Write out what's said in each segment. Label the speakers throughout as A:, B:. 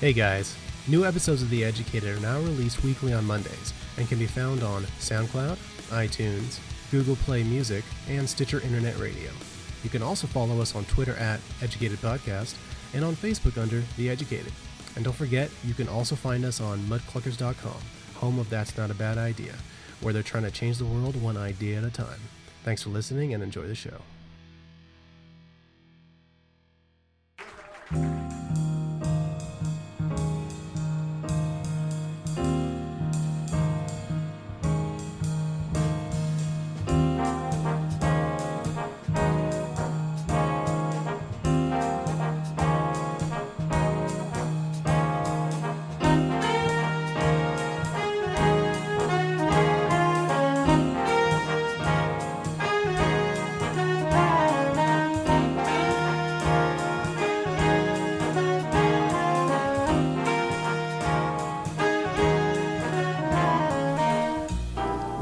A: Hey guys, new episodes of The Educated are now released weekly on Mondays and can be found on SoundCloud, iTunes, Google Play Music, and Stitcher Internet Radio. You can also follow us on Twitter at Educated Podcast and on Facebook under The Educated. And don't forget, you can also find us on mudcluckers.com, home of That's Not a Bad Idea, where they're trying to change the world one idea at a time. Thanks for listening and enjoy the show.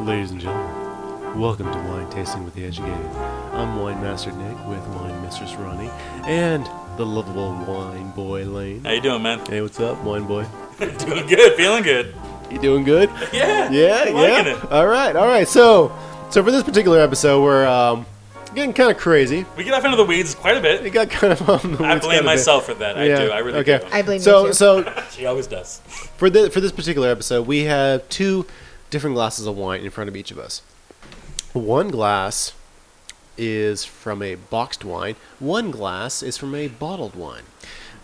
A: Ladies and gentlemen, welcome to Wine Tasting with the Educated. I'm Wine Master Nick with Wine Mistress Ronnie and the lovable Wine Boy Lane.
B: How you doing, man?
A: Hey, what's up, Wine Boy?
B: doing good, feeling good.
A: You doing good?
B: Yeah.
A: Yeah,
B: I'm
A: yeah.
B: liking it.
A: All right, all right. So, so for this particular episode, we're um, getting kind of crazy.
B: We get off into the weeds quite a bit.
A: It got kind of on the
B: I
A: weeds
B: blame
A: kinda bit.
B: myself for that. I do. I really
A: okay.
B: do.
C: I blame
A: so,
C: you too.
A: So,
B: She always does.
A: for this for this particular episode, we have two different glasses of wine in front of each of us. One glass is from a boxed wine. One glass is from a bottled wine.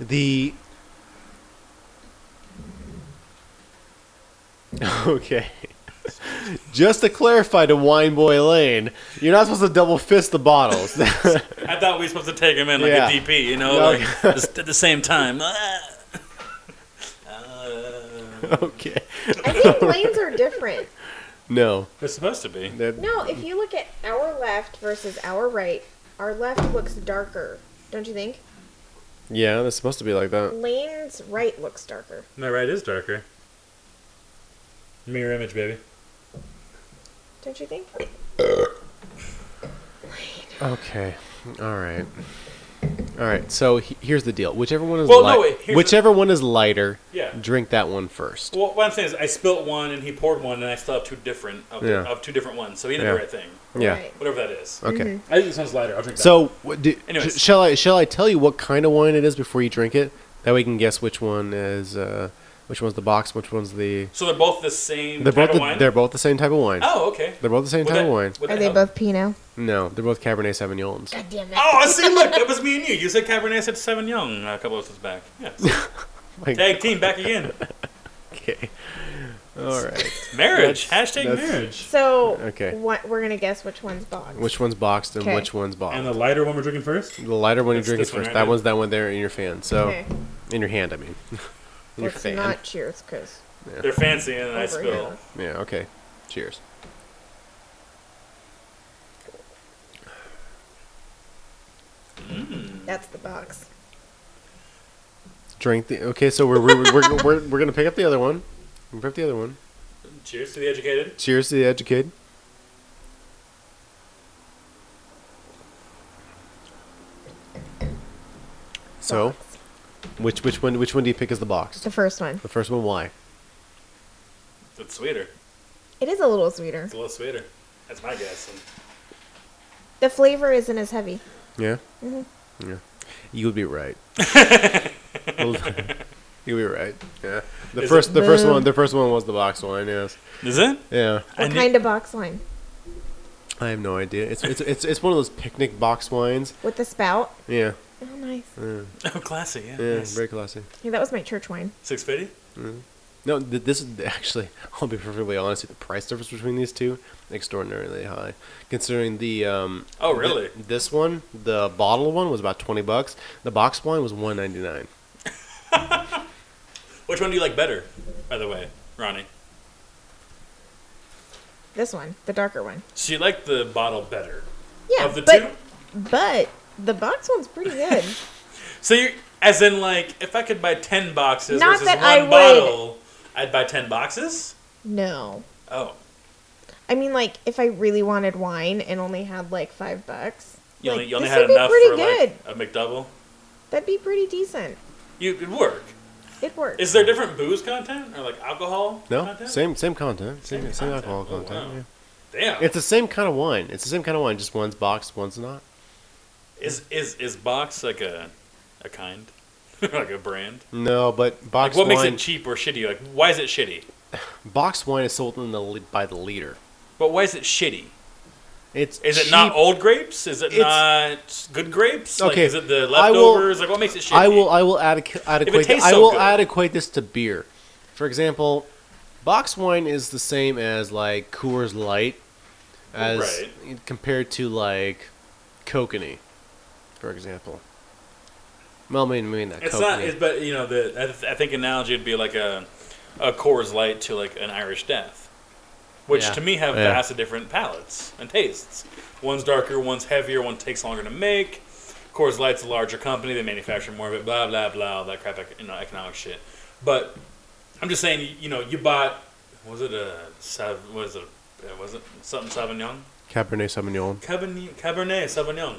A: The okay. Just to clarify to Wine Boy Lane, you're not supposed to double fist the bottles.
B: I thought we were supposed to take him in like
A: Yeah.
B: a DP, you know,
A: No.
B: like just at the same time. Ah. Uh,
A: okay.
C: I think lanes are different.
A: No.
B: they're supposed to be.
A: That,
C: No, if you look at our left versus our right, our left looks darker, don't you think?
A: yeah, that's supposed to be like that.
C: Lane's right looks darker.
B: My right is darker. Mirror image, baby.
C: Don't you think?
A: Okay. All right. All right. So he- here's the deal. Whichever one is
B: Well,
A: light-
B: no, wait, here's
A: whichever one is lighter,
B: Yeah.
A: drink that one first.
B: Well, what I'm saying is, I spilt one and he poured one, and I still have two different of,
A: Yeah.
B: of two different ones. So he did
A: Yeah.
B: the right thing,
A: yeah.
C: Right. Mm-hmm.
B: whatever that is.
A: Okay.
B: I think this one's lighter. I'll drink that.
A: So what do,
B: Anyways.
A: sh- shall I shall I tell you what kind of wine it is before you drink it? That way you can guess which one is uh, which one's the box, which one's the
B: so they're both the same
A: they're
B: type
A: both
B: of
A: the,
B: wine.
A: they're both the same type of wine.
B: oh, okay.
A: They're both the same
B: Would
A: type
B: that-
A: of wine.
B: would
C: Are
B: that
C: they
B: help?
C: both Pinot?
A: No, they're both Cabernet Sauvignons.
C: God damn it.
B: Oh, see, look, that was me and you. You said Cabernet, I said Sauvignon a couple of episodes back. Yeah.
A: Like,
B: Tag team back again.
A: okay. All right.
B: Marriage. Hashtag
A: that's-
B: marriage.
C: So
A: Okay.
C: what we're gonna guess which one's bogged.
A: Which one's boxed and
C: Okay.
A: which one's boxed?
B: And the lighter one we're drinking first?
A: The, lighter one you
B: That's
A: drink
B: this
A: is
B: one
A: first.
B: right
A: that
B: there.
A: one's that one there in your fan. So.
C: okay.
A: In your hand, I mean. In your
C: Let's
A: fan.
C: not cheers, Chris.
B: They're fancy and then I
C: Over
B: spill.
C: here.
A: Yeah, okay. Cheers.
C: That's the box.
A: Drink the. Okay, so we're we're, we're, we're, we're gonna pick up the other one. We're gonna pick up the other one.
B: Cheers to the educated.
A: Cheers to the educated. So,
C: Box.
A: which which one which one do you pick as the box?
C: the first one.
A: The first one. Why?
B: It's sweeter.
C: It is a little sweeter.
B: It's a little sweeter. That's my guess.
C: The flavor isn't as heavy.
A: Yeah.
C: Mm-hmm.
A: Yeah. You would be right. You'd be right. Yeah. The
B: Is
A: first
C: it-
A: the first
C: Boom.
A: one the first one was the box one. Yes.
B: Is it?
A: Yeah.
B: I
C: What
B: knew-
C: kind of box wine?
A: I have no idea. It's it's it's, it's one of those picnic box wines.
C: With the spout?
A: Yeah.
C: Oh, nice.
A: Yeah.
B: Oh, classy. Yeah.
A: Yeah,
B: nice.
A: very classy.
C: Yeah, that was my church wine.
B: 650?
A: No, th- this is actually, I'll be perfectly honest, the price difference between these two extraordinarily high, considering the um.
B: Oh, really?
A: th- this one, the bottle one was about twenty bucks. The box wine was one ninety nine.
B: Which one do you like better, by the way, Ronnie?
C: This one, the darker one.
B: So you like the bottle better
C: Yeah,
B: of the
C: but
B: two?
C: but the box one's pretty good.
B: So you, as in, like, if I could buy 10 boxes
C: Not
B: versus
C: that
B: one
C: I would.
B: bottle, I'd buy 10 boxes?
C: no,
B: Oh.
C: I mean like if I really wanted wine and only had like five bucks,
B: You
C: like,
B: only, you only
C: this
B: had
C: would be
B: enough
C: pretty
B: for
C: good.
B: like a McDouble.
C: That'd be pretty decent.
B: You it'd work.
C: It works.
B: Is there different booze content or like alcohol?
A: No,
B: content?
A: same same content, same
B: Same
A: same,
B: content.
A: alcohol
B: Oh,
A: content.
B: wow.
A: yeah.
B: Damn.
A: It's the same kind of wine. It's the same kind of wine. Just one's boxed, one's not.
B: is is is box like a a kind, like a brand?
A: No, but
B: Like
A: boxed
B: what makes
A: wine.
B: it cheap or shitty? Like why is it shitty?
A: boxed wine is sold in the li- by the liter.
B: But why is it shitty?
A: It's
B: Is it
A: cheap.
B: not old grapes? Is it
A: It's-
B: not good grapes? Like,
A: Okay,
B: is it the
A: I will-
B: leftovers? like what makes it shitty?
A: I will I will adequ- adequate
B: tastes
A: I
B: so
A: will
B: good.
A: adequate this to beer. For example, box wine is the same as like Coors Light as compared to like Kokanee, for example. Well, I mean, I mean not
B: It's
A: Kokanee.
B: not, it's, but you know, the I, th- I think analogy would be like a a Coors Light to like an Irish Death, which
A: Yeah.
B: to me have
A: Yeah.
B: vastly different palates and tastes. One's darker, one's heavier, one takes longer to make. Coors Light's a larger company; they manufacture more of it. Blah blah blah, all that crap, ec- you know, economic shit. But I'm just saying, you know, you bought was it a Sav- was it a, was it something Sauvignon?
A: Cabernet Sauvignon.
B: Cabernet, Cabernet Sauvignon.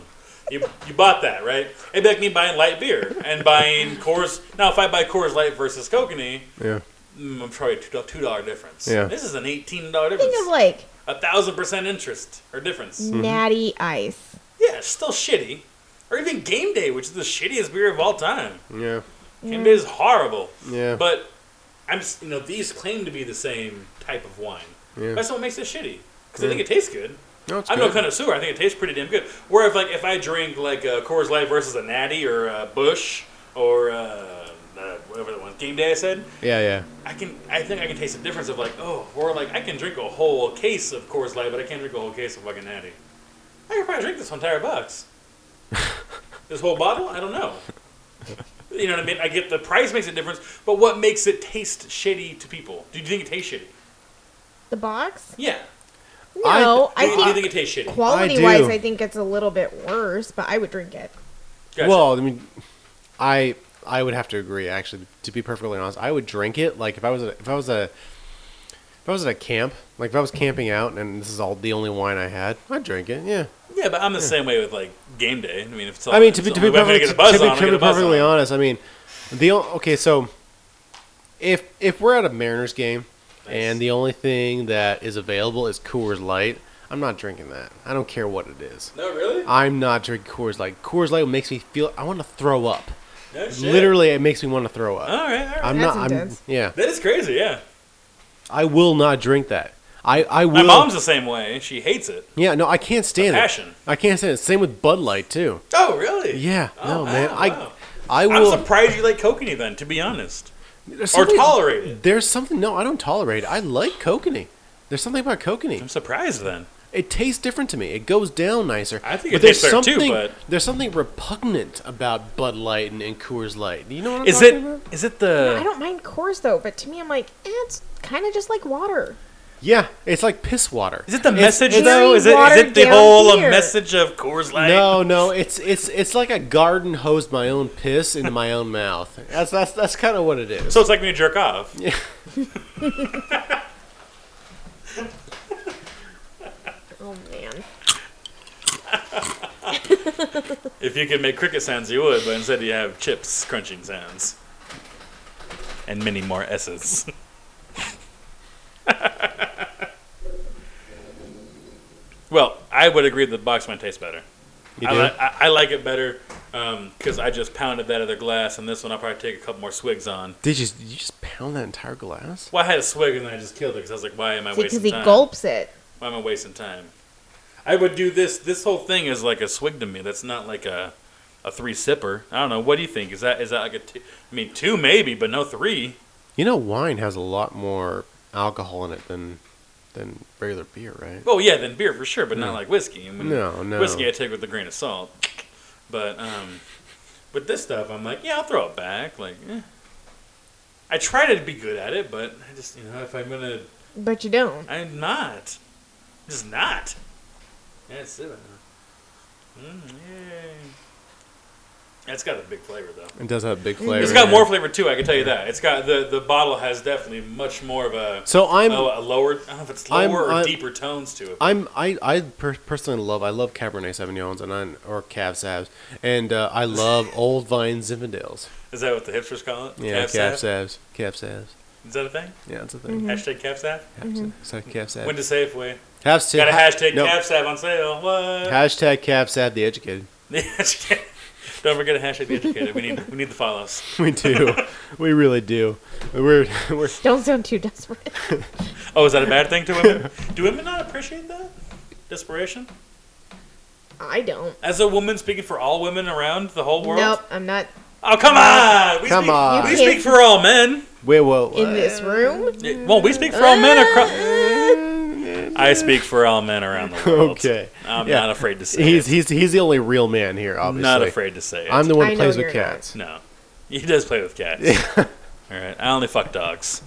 B: You, you bought that, right? It'd be like me buying light beer and buying Coors. Now, if I buy Coors Light versus Kokanee,
A: Yeah.
B: mm, I'm probably two two dollar difference.
A: Yeah.
B: This is an eighteen dollar
C: Think of
B: difference.
C: like
B: A thousand percent interest or difference.
A: Mm-hmm.
C: natty ice.
B: Yeah, it's still shitty. Or even Game Day, which is the shittiest beer of all time.
A: Yeah.
B: Game Day is horrible.
A: Yeah.
B: But I'm s- you know these claim to be the same type of wine.
A: Yeah.
B: That's what makes it shitty because I
A: Yeah.
B: think it tastes good.
A: no, it's
B: I'm
A: good.
B: no connoisseur. I think it tastes pretty damn good. Where if like if I drink like a Coors Light versus a Natty or a Bush or uh, uh, whatever the one Game Day I said,
A: Yeah, yeah.
B: I can I think I can taste the difference of like oh or like I can drink a whole case of Coors Light, but I can't drink a whole case of fucking Natty. I could probably drink this entire box. this whole bottle? I don't know. You know what I mean? I get the price makes a difference, but what makes it taste shitty to people? Do you think it tastes shitty?
C: The box?
B: Yeah.
A: I-
C: No, I,
B: Do you, do you
C: think
B: think it tastes shitty?
C: quality
A: do.
C: wise, I think it's a little bit worse, but I would drink it.
B: Gotcha.
A: Well, I mean, I I would have to agree. Actually, to be perfectly honest, I would drink it. Like if I was at, if I was a if I was at a camp, like if I was camping out, and this is all the only wine I had, I'd drink it. Yeah.
B: Yeah, but I'm the same way with like game day. I mean, if it's all,
A: I mean, to be
B: if
A: to
B: it's
A: be
B: the only way I'm gonna
A: perfectly
B: get
A: to
B: a buzz
A: be,
B: on, I'm
A: to be
B: gonna buzz
A: perfectly
B: on.
A: honest, I mean, the o- okay, so if if we're at a Mariners game and the only thing that is available is Coors Light, I'm not drinking that. I don't care what it is.
B: No, really?
A: I'm not drinking Coors Light. Coors Light makes me feel I want to throw up.
B: No shit.
A: Literally, it makes me want to throw up.
B: All right, all right.
A: I'm
C: Oh, That's
A: not. I'm,
C: intense.
A: yeah,
B: that is crazy. Yeah.
A: I will not drink that. I I will.
B: My mom's the same way. She hates it.
A: yeah, no, I can't stand it.
B: Passion.
A: I can't stand it. Same with Bud Light too.
B: Oh, really?
A: Yeah, no
B: Oh,
A: man,
B: wow,
A: I
B: wow.
A: I
B: I'm
A: will.
B: surprised you like kokanee then. To be honest,
A: there's
B: or
A: something-
B: tolerate it.
A: There's something. No, I don't tolerate. it. I like kokanee. There's something about kokanee.
B: I'm surprised then.
A: It tastes different to me. It goes down nicer.
B: I think
A: But
B: it tastes
A: there's
B: better, too,
A: something-
B: but-
A: there's something repugnant about Bud Light and, and Coors Light. You know what I'm
B: Is
A: talking
B: it?
A: about?
B: Is it
C: I
B: the?
C: don't mind Coors though, but to me, I'm like, eh, it's kind of just like water.
A: Yeah, it's like piss water.
B: Is it the
A: It's-
B: message
A: it's-
B: though? Is it? Is
C: watered
B: it the
C: down
B: whole of
C: beer.
B: message of Coors Light?
A: No, no, it's it's it's like a garden hosed my own piss into my own mouth. That's that's that's kind of what it is.
B: So it's like when you jerk off.
C: Oh man.
B: If you could make cricket sounds, you would, but instead you have chips crunching sounds. And many more S's. well, I would agree that box wine tastes better.
A: You
B: I,
A: do?
B: li- I, I like it better because I just pounded that other glass, and this one I'll probably take a couple more swigs on.
A: Did you you just pound that entire glass?
B: Well, I had a swig and then I just killed it because I was like, why am I wasting
C: Because he
B: time?
C: gulps it.
B: Why am I wasting time? I would do this. This whole thing is like a swig to me. That's not like a a three sipper. I don't know. What do you think? Is that is that like a two? I mean, two maybe, but no three.
A: You know, wine has a lot more alcohol in it than than regular beer, right?
B: Well, Oh, yeah, then beer for sure, but not like whiskey. I mean,
A: No, no.
B: Whiskey I take with a grain of salt. But um, with this stuff, I'm like, yeah, I'll throw it back. Like, eh. I try to be good at it, but I just you know if I'm gonna,
C: But you don't.
B: I'm not. Just not. Yeah, it's it. Mm, yay. It's got a big flavor though.
A: It does have big flavor.
B: It's got more flavor too. I can tell you that. It's got the the bottle has definitely much more of a
A: So I'm-
B: a, a lower. I don't know if it's lower
A: I'm-
B: or
A: I'm-
B: deeper tones to it.
A: I'm I I per- personally love I love Cabernet Sauvignons and I, or Cab Savs and uh, I love Old Vine Zinfandels.
B: Is that what the hipsters call it?
A: Yeah,
B: Cab
A: Cab
B: sav?
A: Savs, Cab Savs.
B: Is that a thing?
A: Yeah, that's a thing.
B: Hashtag cab sav.
A: Cab Sav. So Cab Sav.
B: When to Safeway?
A: Cab Sav-
B: Got a hashtag
A: no,
B: cab sav on sale. What?
A: Hashtag Cab Sav the educated.
B: Don't forget to hashtag the educated. We need we need the follows.
A: We do, we really do. We're we're
C: Don't sound too desperate.
B: Oh, is that a bad thing to women? Do women not appreciate that? Desperation?
C: I don't.
B: As a woman speaking for all women around the whole world?
C: Nope, I'm not
B: Oh, come on! We
A: Come
B: speak,
A: on.
B: We speak for all men.
A: wait whoa.
C: in this room.
B: Yeah, Well, we speak for all men across.
A: uh,
B: I speak for all men around the world.
A: Okay.
B: I'm
A: Yeah.
B: not afraid to say
A: He's
B: it.
A: he's he's the only real man here. Obviously,
B: not afraid to say it.
A: I'm the one who
C: I know
A: plays with
C: you're not.
A: cats.
B: No. He does play with cats. All right. I only fuck dogs.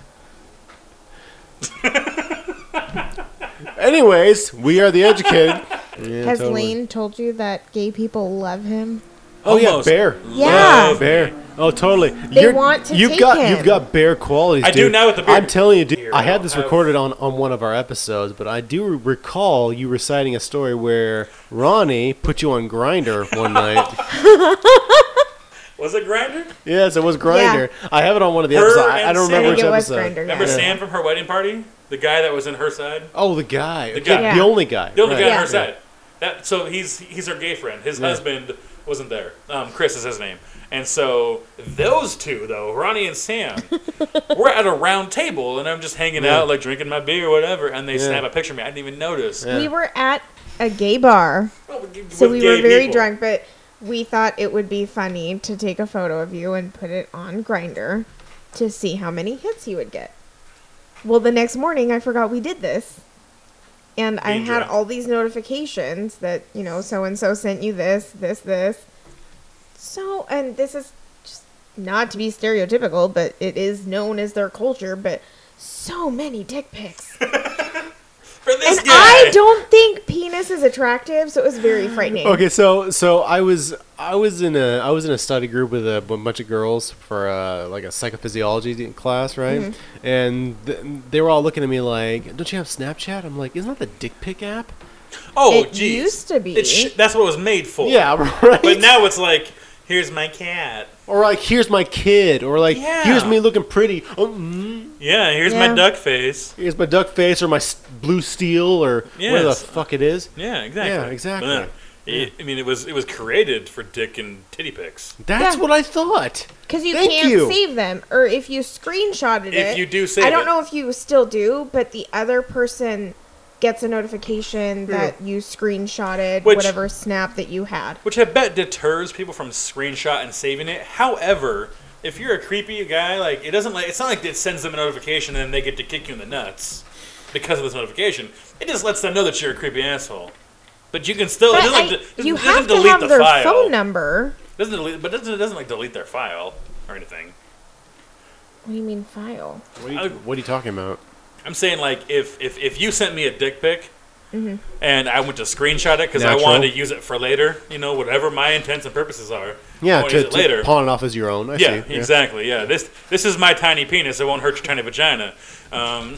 A: Anyways, we are the educated. Yeah,
C: Has
A: totally.
C: Lane told you that gay people love him?
A: Oh yeah,
B: Almost.
A: bear.
C: Yeah.
B: Love
A: Bear. Oh, totally. They
C: want to
A: You've
C: take
A: got
C: him.
A: you've got bear qualities.
B: I do
A: dude.
B: now with the beard.
A: I'm telling you, dude.
B: Here,
A: I had
B: I'll
A: this
B: have-
A: recorded on on one of our episodes, but I do re- recall you reciting a story where Ronnie put you on grinder one night.
B: Was it Grinder?
A: yes, it was grinder. I have it on one of the
B: Her
A: episodes. I, I
B: and
A: don't
B: Sam.
A: remember
B: I
A: which
B: think
C: it was
A: episode.
C: Grindr, yeah.
B: Remember
C: Yeah.
B: Sam from her wedding party? The guy that was in her side?
A: Oh, the guy. The
B: guy.
A: The
C: Yeah.
A: only guy.
B: The only
A: right.
B: guy on
C: Yeah.
B: her side. That so he's he's her gay friend. His
A: Yeah.
B: husband wasn't there. Um, Chris is his name. And so those two though, Ronnie and Sam, we're at a round table and I'm just hanging
A: Yeah.
B: out, like drinking my beer or whatever, and they
A: Yeah.
B: snap a picture of me. I didn't even notice.
A: Yeah.
C: We were at a gay bar,
B: Well, with-
C: so
B: with
C: we were
B: gay
C: very
B: people.
C: drunk, but we thought it would be funny to take a photo of you and put it on Grinder to see how many hits you would get. Well, the next morning I forgot we did this. And I
B: Being
C: had
B: drunk.
C: all these notifications that, you know, so and so sent you this, this, this. So, and this is just not to be stereotypical, but it is known as their culture, but so many dick pics.
B: For this
C: And
B: guy.
C: I don't think penis is attractive, so it was very frightening.
A: Okay, so so I was I was in a I was in a study group with a bu- bunch of girls for uh, like a psychophysiology class, right?
C: Mm-hmm.
A: And th- they were all looking at me like, "Don't you have Snapchat?" I'm like, "Isn't that the dick pic app?"
B: Oh,
C: It
B: geez.
C: used to be.
B: It sh- that's what it was made for.
A: Yeah, right.
B: But now it's like, here's my cat.
A: or like, "Here's my kid," or like,
B: Yeah.
A: "Here's me looking pretty." Oh, mm.
B: Yeah, here's
C: Yeah.
B: my duck face.
A: Here's my duck face or my s- blue steel or whatever the
B: Yes.
A: fuck it is.
B: Yeah, exactly.
A: Yeah, exactly.
B: But, uh, it- I mean, it was it was created for dick and titty pics.
A: That's
C: Yeah.
A: what I thought.
C: Because you
A: Thank
C: can't
A: you.
C: save them, or if you screenshotted it.
B: If you do save
C: I don't
B: it.
C: know if you still do, but the other person gets a
A: Hmm.
C: notification that you screenshotted
B: Which-
C: whatever snap that you had.
B: which I bet deters people from screenshot and saving it. However, if you're a creepy guy, like it doesn't like it's not like it sends them a notification and then they get to kick you in the nuts because of this notification. It just lets them know that you're a creepy asshole. But you can still
C: But
B: it doesn't,
C: I-
B: like, de-
C: you
B: doesn't
C: have to
B: delete
C: have
B: the
C: their
B: file.
C: phone number.
B: Doesn't delete, but doesn't, it doesn't like delete their file or anything.
C: What do you mean file?
A: What are
B: I-
A: you, what are you talking about?
B: I'm saying like if if, if you sent me a dick pic
C: Mm-hmm.
B: and I went to screenshot it because I
A: Natural.
B: wanted to use it for later, you know, whatever my intents and purposes are. I
A: Yeah,
B: wanna
A: to,
B: use it
A: to
B: later.
A: pawn it off as your own. I
B: Yeah,
A: see.
B: exactly. Yeah, this this is my tiny penis. It won't hurt your tiny vagina. Um,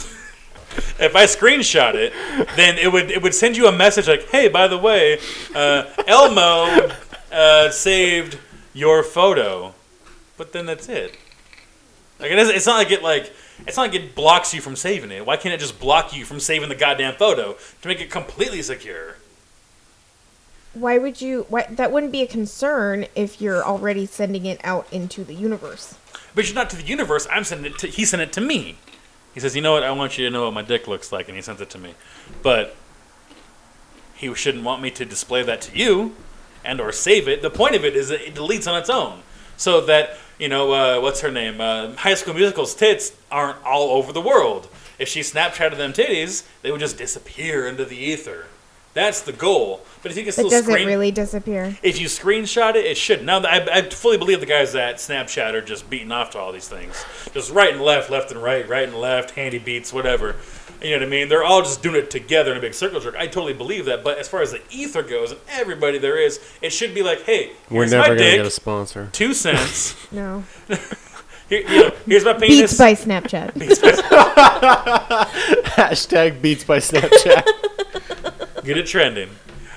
B: if I screenshot it, then it would it would send you a message like, "Hey, by the way, uh, Elmo uh, saved your photo," but then that's it. Like it doesn't. It's not like it like it's not like it blocks you from saving it. Why can't it just block you from saving the goddamn photo to make it completely secure?
C: Why would you? Why, that wouldn't be a concern if you're already sending it out into the universe.
B: But you're not to the universe. I'm sending it to. He sent it to me. He says, "You know what? I want you to know what my dick looks like," and he sent it to me. But he shouldn't want me to display that to you, and or save it. The point of it is that it deletes on its own, so that you know uh, what's her name. Uh, High School Musical's tits aren't all over the world. If she Snapchatted them titties, they would just disappear into the ether. That's the goal. But if you can
C: It
B: still
C: doesn't
B: screen,
C: really disappear.
B: if you screenshot it, it should. Now, I, I fully believe the guys at Snapchat are just beating off to all these things, just right and left, left and right, right and left, handy beats, whatever. You know what I mean? They're all just doing it together in a big circle jerk. I totally believe that. But as far as the ether goes and everybody there is, it should be like, hey,
A: We're
B: here's
A: never
B: my
A: gonna
B: dick,
A: get a sponsor.
B: two cents.
C: No.
B: Here, you know, here's my
C: Beats
B: penis.
C: by Snapchat.
A: Hashtag beats by Snapchat.
B: Get it trending.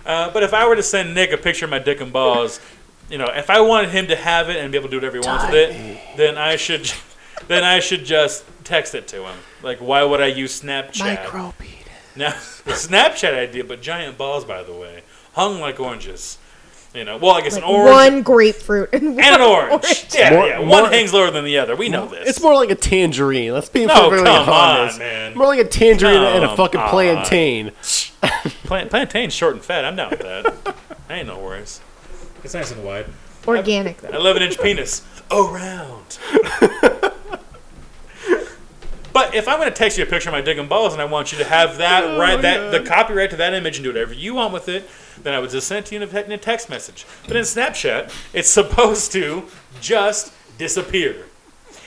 B: Uh, but if I were to send Nick a picture of my dick and balls, you know, if I wanted him to have it and be able to do whatever he wants with it, then I should, then I should just text it to him. Like, why would I use Snapchat? Now, the Snapchat idea, but giant balls, by the way, hung like oranges. You know, well, I guess
C: Like
B: an orange
C: one grapefruit and,
B: and an orange. Yeah,
A: More-
B: yeah.
A: more-
B: one hangs lower than the other. We know this.
A: It's more like a tangerine. Let's be
B: No,
A: perfectly
B: come on,
A: honest.
B: man.
A: More like a tangerine and a
B: Come
A: fucking
B: on.
A: plantain.
B: Plant, plantain's short and fat. I'm down with that. I ain't no worries. It's nice and wide.
C: organic though.
B: 11 inch penis. Oh, round. but if I'm going to text you a picture of my dick and balls and I want you to have that, right, that, the copyright to that image and do whatever you want with it, then I would just send it to you in a, in a text message. But in Snapchat, it's supposed to just disappear.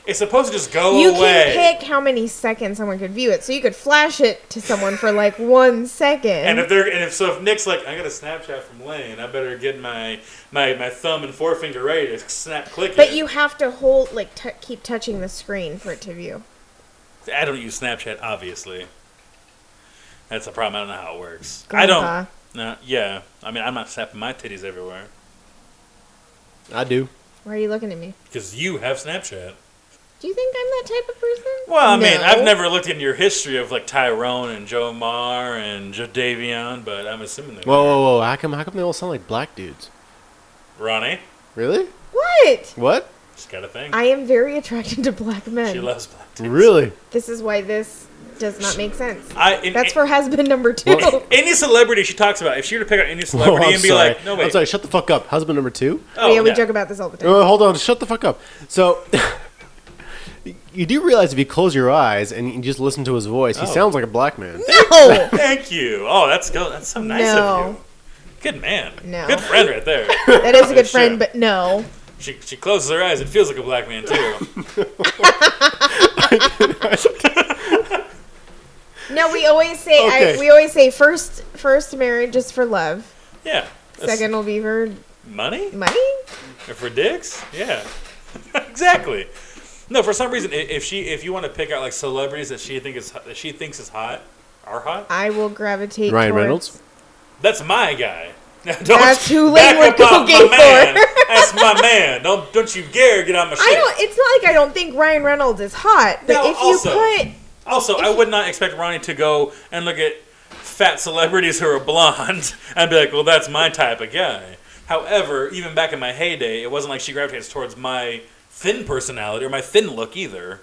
B: It's supposed to just go
C: You
B: away.
C: can pick how many seconds someone could view it, so you could flash it to someone for like one second.
B: And if they're and if so if Nick's like I got a Snapchat from Lane, I better get my my, my thumb and forefinger ready to snap click
C: but
B: it.
C: you have to hold, like, t- keep touching the screen for it to view.
B: I don't use Snapchat, obviously. That's the problem. I don't know how it works. I
C: Grandpa.
B: don't. No, yeah. I mean, I'm not snapping my titties everywhere
A: I do.
C: Why are you looking at me?
B: because you have Snapchat.
C: Do you think I'm that type of person?
B: Well, I mean,
C: No.
B: I've never looked in your history of like Tyrone and Joe Marr and Jadavion, but I'm assuming that
A: Whoa, whoa, whoa! How come? How come they all sound like black dudes?
B: Ronnie.
A: Really?
C: What?
A: What?
B: She's got a thing.
C: I am very attracted to black
B: she
C: men.
B: loves black. titties.
A: Really?
C: this is why this does not make sense.
B: I. In,
C: That's for has been number two.
A: Well-
B: any celebrity she talks about. If she were to pick out any
A: Whoa,
B: celebrity
A: Oh, I'm
B: and be
A: sorry.
B: like, no wait,
A: I'm sorry. Shut the fuck up. Husband number two.
B: oh
C: yeah, we
B: no.
C: joke about this all the time.
A: Oh, hold on. Shut the fuck up. So, you do realize if you close your eyes and you just listen to his voice, he
B: Oh.
A: sounds like a black man.
C: No!
B: Thank you. Oh, that's go. That's so nice
C: No.
B: of you. Good man.
C: No.
B: Good friend right there.
C: that
A: Oh,
C: is a good
B: Sure.
C: friend, but no.
B: She, she closes her eyes. It feels like a black man too.
C: No, we always say
A: Okay.
C: I, we always say first first marriage is for love.
B: Yeah. That's
C: Second will be for
B: money
C: money.
B: or for dicks? Yeah. exactly. No, for some reason, i- if she if you want to pick out like celebrities that she think is that she thinks is hot, are hot,
C: I will gravitate.
A: Ryan
C: towards-
A: Reynolds?
B: that's my guy. Don't
C: That's who
B: back
C: Lane would
B: up off
C: go
B: my
C: gay
B: man.
C: for.
B: That's my man. Don't don't you dare get on my shit.
C: I don't. It's not like I don't think Ryan Reynolds is hot, but
B: No,
C: if
B: also-
C: you
B: Also, I would not expect Ronnie to go and look at fat celebrities who are blonde and be like, well, that's my type of guy. However, even back in my heyday, it wasn't like she gravitates towards my thin personality or my thin look either.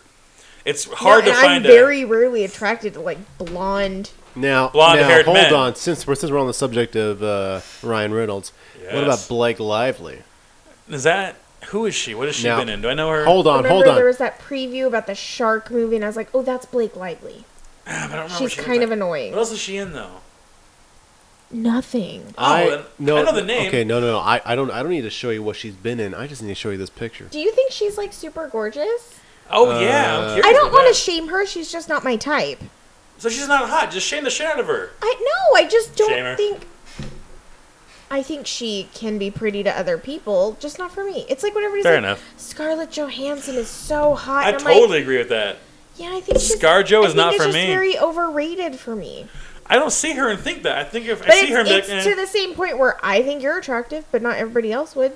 B: It's
C: put,
B: hard
C: No,
B: to
C: and I'm
B: find a.
C: very rarely attracted to like blonde.
A: Now, now
B: Blonde-haired
A: hold
B: men.
A: on. Since we're since we're on the subject of uh, Ryan Reynolds, what about
B: Yes.
A: Blake Lively?
B: Is that. Who is she? What has she
A: Now-
B: been in? Do I know her?
A: Hold on,
C: Remember
A: hold on.
C: there was that preview about the shark movie, and I was like, oh, that's Blake Lively.
B: I don't remember
C: She's
B: Oh, she was "Oh."
C: kind
B: in.
C: of annoying.
B: What else is she in, though?
C: Nothing.
A: I
B: then- Oh, I know the name.
A: Okay, no, no, no. I, I don't I don't need to show you what she's been in. I just need to show you this picture.
C: Do you think she's like super gorgeous?
B: Oh, yeah. I'm
A: Uh,
B: curious
C: I don't want to
B: want
C: shame her. She's just not my type.
B: So she's not hot. Just shame the shit out of her.
C: I no, I just don't
B: Shame her.
C: think. I think she can be pretty to other people, just not for me. It's like whenever he's
B: Fair
C: like,
B: enough.
C: Scarlett Johansson is so hot.
B: I
C: and I'm
B: totally
C: Like,
B: agree with that.
C: yeah, I think she's-
B: ScarJo is
C: I think
B: not
C: it's
B: for
C: just
B: me.
C: Very overrated for me.
B: I don't see her and think that. I think if
C: But
B: I see her, I'm
C: it's,
B: like,
C: it's
B: eh.
C: to the same point where I think you're attractive, but not everybody else would,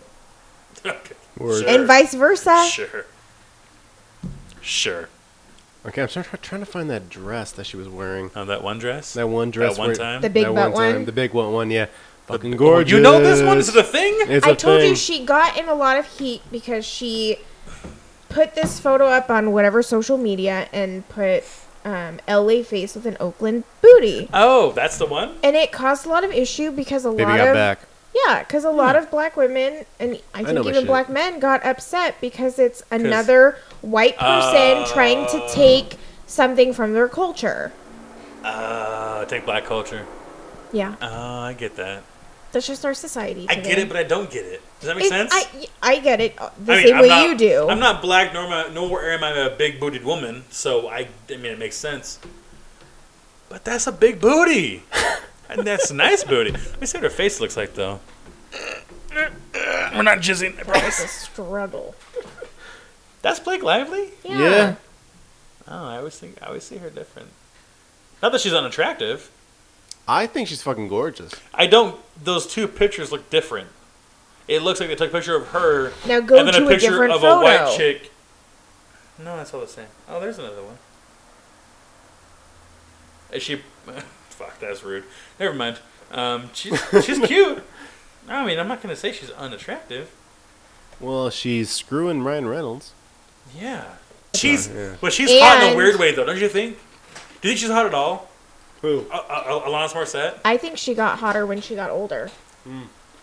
B: Okay.
A: Word.
B: Sure.
C: and vice versa.
B: Sure. Sure.
A: Okay, I'm trying, trying to find that dress that she was wearing.
B: Oh, that one dress?
A: That one dress.
B: That one
A: where-
B: time?
C: The big
A: that
C: butt
A: one, time,
C: one.
A: The big one, one, yeah. Fucking
B: Oh,
A: gorgeous.
B: You know this one? Is it a thing?
A: It's
C: I
A: a
C: told
A: thing.
C: you she got in a lot of heat because she put this photo up on whatever social media and put um, LA face with an Oakland booty.
B: Oh, that's the one?
C: And it caused a lot of issue because a
A: Baby
C: lot
A: got
C: of
A: back.
C: yeah, because a
B: Hmm.
C: lot of black women and I think
A: know my
C: even
A: shit.
C: black men got upset because it's another white person trying to
B: Oh.
C: take something from their culture.
B: Uh, take black culture.
C: Yeah,
B: Oh, I get that.
C: that's just our society.
B: I get it, but I don't get it. Does that make sense?
C: I I get it uh, the
B: I mean,
C: same
B: I'm
C: way
B: not-
C: you do.
B: I'm not black, nor, am I, nor am I a big booted woman, so I, I mean, it makes sense. But that's a big booty. and that's a nice booty. Let me see what her face looks like, though. We're not jizzing, I
C: It's a
B: promise.
C: struggle.
B: That's Blake Lively?
C: Yeah.
A: Yeah.
B: Oh, I always think I always see her different. Not that she's unattractive.
A: I think she's fucking gorgeous.
B: I don't. Those two pictures look different. It looks like they took a picture of her
C: Now go
B: and then
C: to
B: a
C: a,
B: picture
C: different
B: of
C: photo.
B: a white chick. No, that's all the same. Oh, there's another one. Is she? Fuck, that's rude. Never mind. Um, she's she's cute. I mean, I'm not gonna say she's unattractive.
A: Well, she's screwing Ryan Reynolds.
B: Yeah, she's
A: Yeah.
B: but she's hot in a
C: And-
B: weird way though, don't you think? Do you think she's hot at all?
A: Who?
B: Uh, uh, Alanis Morissette.
C: I think she got hotter when she got older.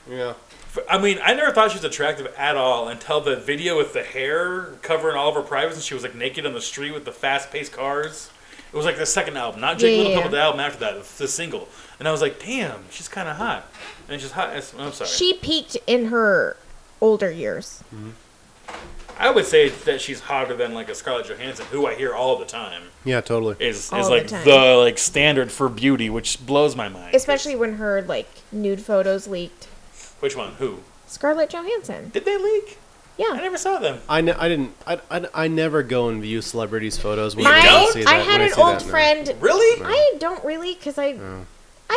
A: Yeah.
B: F- I mean, I never thought she was attractive at all until the video with the hair covering all of her privates and she was like naked on the street with the fast paced cars. It was like the second album, not Jake
C: Yeah,
B: Little
C: yeah,
B: Pill, but
C: yeah.
B: the album after that, the- the single. And I was like, damn, she's kind of hot. And she's hot. As, I'm sorry.
C: She peaked in her older years.
B: I would say that she's hotter than like a Scarlett Johansson, who I hear all the time
A: Yeah, totally.
B: is
C: All
B: is
C: the
B: like
C: time.
B: the like standard for beauty, which blows my mind.
C: Especially when her like nude photos leaked.
B: which one? Who
C: Scarlett Johansson.
B: did they leak? I
C: Yeah.
B: never saw them.
A: I, ne- I didn't. I, I, I never go and view celebrities' photos. When
B: You
A: I
C: My,
B: don't?
A: see
C: I
A: that-
C: had
A: when
C: an
A: see
C: old
A: that, no.
C: friend.
B: Really?
C: I don't really, cause I, I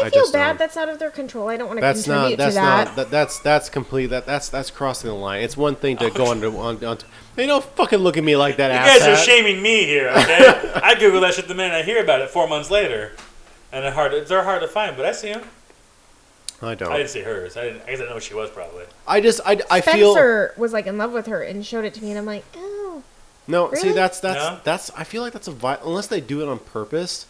A: I
C: feel
A: just
C: bad.
A: don't.
C: That's out of their control. I don't want to
A: That's not.
C: contribute
A: That's
C: to that.
A: not. That, that's that's complete. That that's that's crossing the line. It's one thing to go on to on. on they don't fucking look at me like that.
B: Oh, You guys are
A: asshat.
B: shaming me here, okay? I Google that shit the minute I hear about it four months later. And they're hard, they're hard to find, but I see them.
A: I don't.
B: I
A: I,
B: didn't see hers. I didn't, I guess I didn't know she was probably.
A: just. I, I feel.
C: Spencer was like in love with her and showed it to me, and I'm like, oh,
A: No. See,
C: Really?
A: that's that's
B: No?
A: that's. I feel like that's a vi- unless they do it on purpose.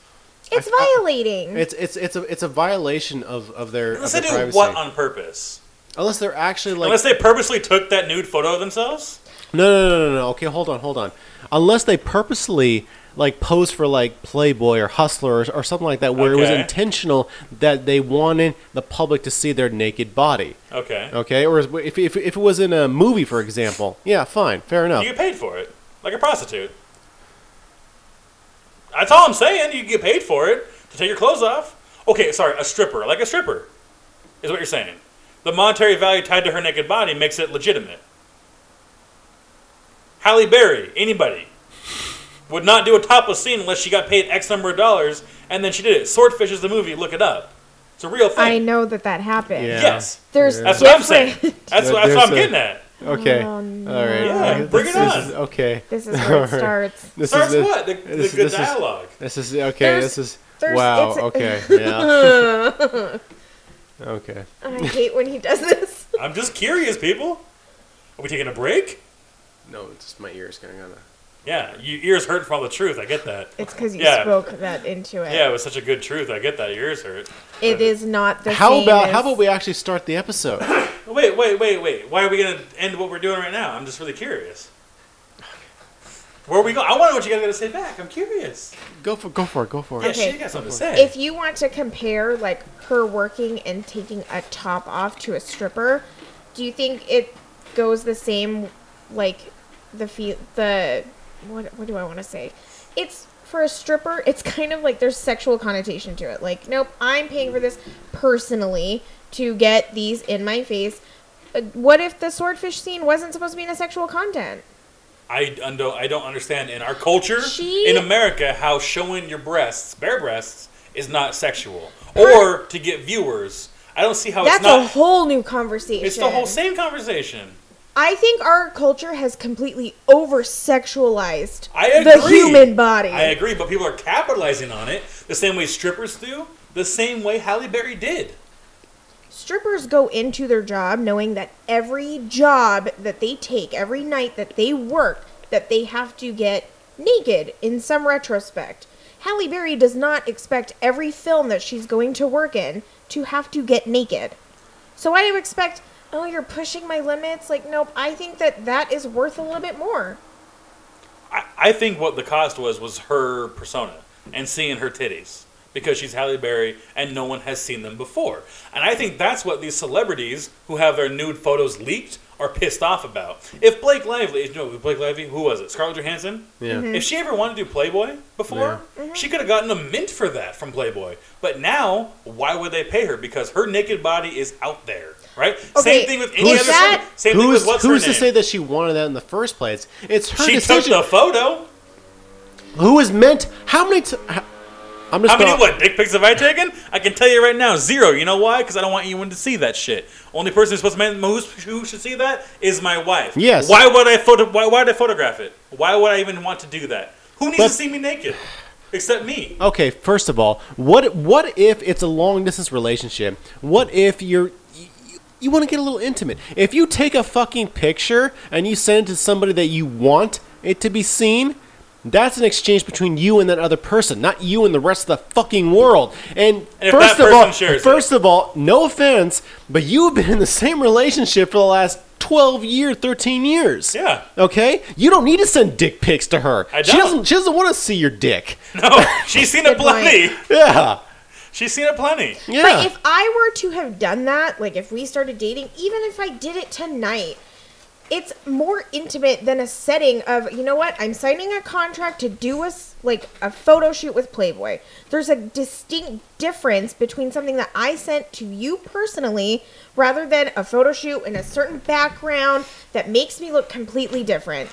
C: it's
A: I- I-
C: violating.
A: It's it's it's a it's a violation of of their.
B: Unless
A: of
B: they
A: their
B: do
A: privacy.
B: what on purpose?
A: Unless they're actually like.
B: Unless they purposely took that nude photo of themselves?
A: No, no, no, no, no. Okay, hold on, hold on. Unless they purposely like pose for like Playboy or Hustler or, or something like that, where it was
B: Okay.
A: intentional that they wanted the public to see their naked body.
B: Okay.
A: Okay, or if, if, if it was in a movie, for example, yeah, fine, fair enough.
B: You get paid for it. Like a prostitute. That's all I'm saying. You get paid for it to take your clothes off. Okay, sorry, a stripper. Like a stripper is what you're saying. The monetary value tied to her naked body makes it legitimate. Halle Berry, anybody, would not do a topless scene unless she got paid X number of dollars, and then she did it. Swordfish is the movie. Look it up. It's a real
C: I
B: thing.
C: know that that happened.
A: Yeah.
B: Yes,
C: There's
B: that's what I'm saying.
C: different.
B: That's, what, that's
A: There's
B: what I'm
A: a-
B: getting at.
A: okay,
C: Oh,
A: all right.
B: Yeah,
A: Okay,
B: bring it
A: Is,
B: on.
A: okay,
C: This is where
A: All
C: it
A: right.
C: starts.
A: This
B: Starts
A: is
B: what? The, the
A: this-
B: good
A: this is-
B: dialogue.
A: This is okay.
C: There's-
A: this is
C: there's-
A: wow.
C: it's a-
A: Okay, yeah. okay.
C: I hate when he does this.
B: I'm just curious, people. Are we taking a break?
A: No, it's just my ears going on.
B: Yeah, your ears hurt from all the truth. I get that.
C: It's because you
B: Yeah.
C: spoke that into it.
B: Yeah, it was such a good truth. I get that. Your ears hurt.
C: It is not the
A: How
C: same
A: about
C: as-
A: how about we actually start the episode?
B: Oh, Wait, wait, wait, wait. Why are we going to end what we're doing right now? I'm just really curious. Where are we going? I want to know what you guys got to say back. I'm curious.
A: go for go for it. Go for it.
B: Yeah,
C: Okay.
B: she got something to say.
C: If you want to compare like her working and taking a top off to a stripper, do you think it goes the same like the feel the what what do I want to say? It's for a stripper, it's kind of like there's sexual connotation to it. Like, nope, I'm paying for this personally to get these in my face. Uh, What if the swordfish scene wasn't supposed to be in a sexual content?
B: I, un- don't- I don't understand in our culture,
C: She-
B: in America, how showing your breasts, bare breasts, is not sexual.
C: Her-
B: Or to get viewers. I don't see how
C: That's
B: it's not.
C: a whole new conversation.
B: it's the whole same conversation.
C: I think our culture has completely over sexualized
B: I
C: the
B: agree.
C: human body.
B: I agree, but people are capitalizing on it the same way strippers do, the same way Halle Berry did.
C: Strippers go into their job knowing that every job that they take, every night that they work, that they have to get naked in some retrospect. Halle Berry does not expect every film that she's going to work in to have to get naked. So I do expect, oh, you're pushing my limits. Like, nope, I think that that is worth a little bit more.
B: I, I think what the cost was was her persona and seeing her titties because she's Halle Berry and no one has seen them before. And I think that's what these celebrities who have their nude photos leaked are pissed off about. If Blake Lively, no, Blake Lively, who was it? Scarlett Johansson.
A: Yeah.
C: Mm-hmm.
B: If she ever wanted to do Playboy before, she could have gotten a mint for that from Playboy. But now, why would they pay her? Because her naked body is out there, right?
C: Okay,
B: Same thing with any
C: who's
B: other.
C: that-
B: Same thing
A: Who's,
B: with what's
A: who's to
B: her name?
A: say that she wanted that in the first place? It's her
B: she took
A: decision.
B: the photo.
A: Who is meant? How many? T- how, I'm just
B: How many
A: gonna-
B: what dick pics have I taken? I can tell you right now, zero. You know why? Because I don't want anyone to see that shit. Only person who's supposed to man who's, who should see that is my wife.
A: Yes.
B: Why would I photo? Why, why would I photograph it? Why would I even want to do that? Who needs
A: But-
B: to see me naked? Except me.
A: Okay, first of all, what what if it's a long distance relationship? What if you're you, you want to get a little intimate? If you take a fucking picture and you send it to somebody that you want it to be seen, that's an exchange between you and that other person, not you and the rest of the fucking world. And,
B: And if
A: first
B: that
A: of all,
B: person shares it.
A: first of all, no offense, but you've been in the same relationship for the last 12 years, 13 years.
B: Yeah.
A: Okay? You don't need to send dick pics to her.
B: I
A: She
B: don't.
A: doesn't she doesn't want to see your dick.
B: No, she's seen it
C: Good point.
B: plenty.
A: Yeah.
B: She's seen it plenty.
A: Yeah.
C: But if I were to have done that, like if we started dating, even if I did it tonight, it's more intimate than a setting of, you know what, I'm signing a contract to do a, s- like a photo shoot with Playboy. There's a distinct difference between something that I sent to you personally rather than a photo shoot in a certain background that makes me look completely different.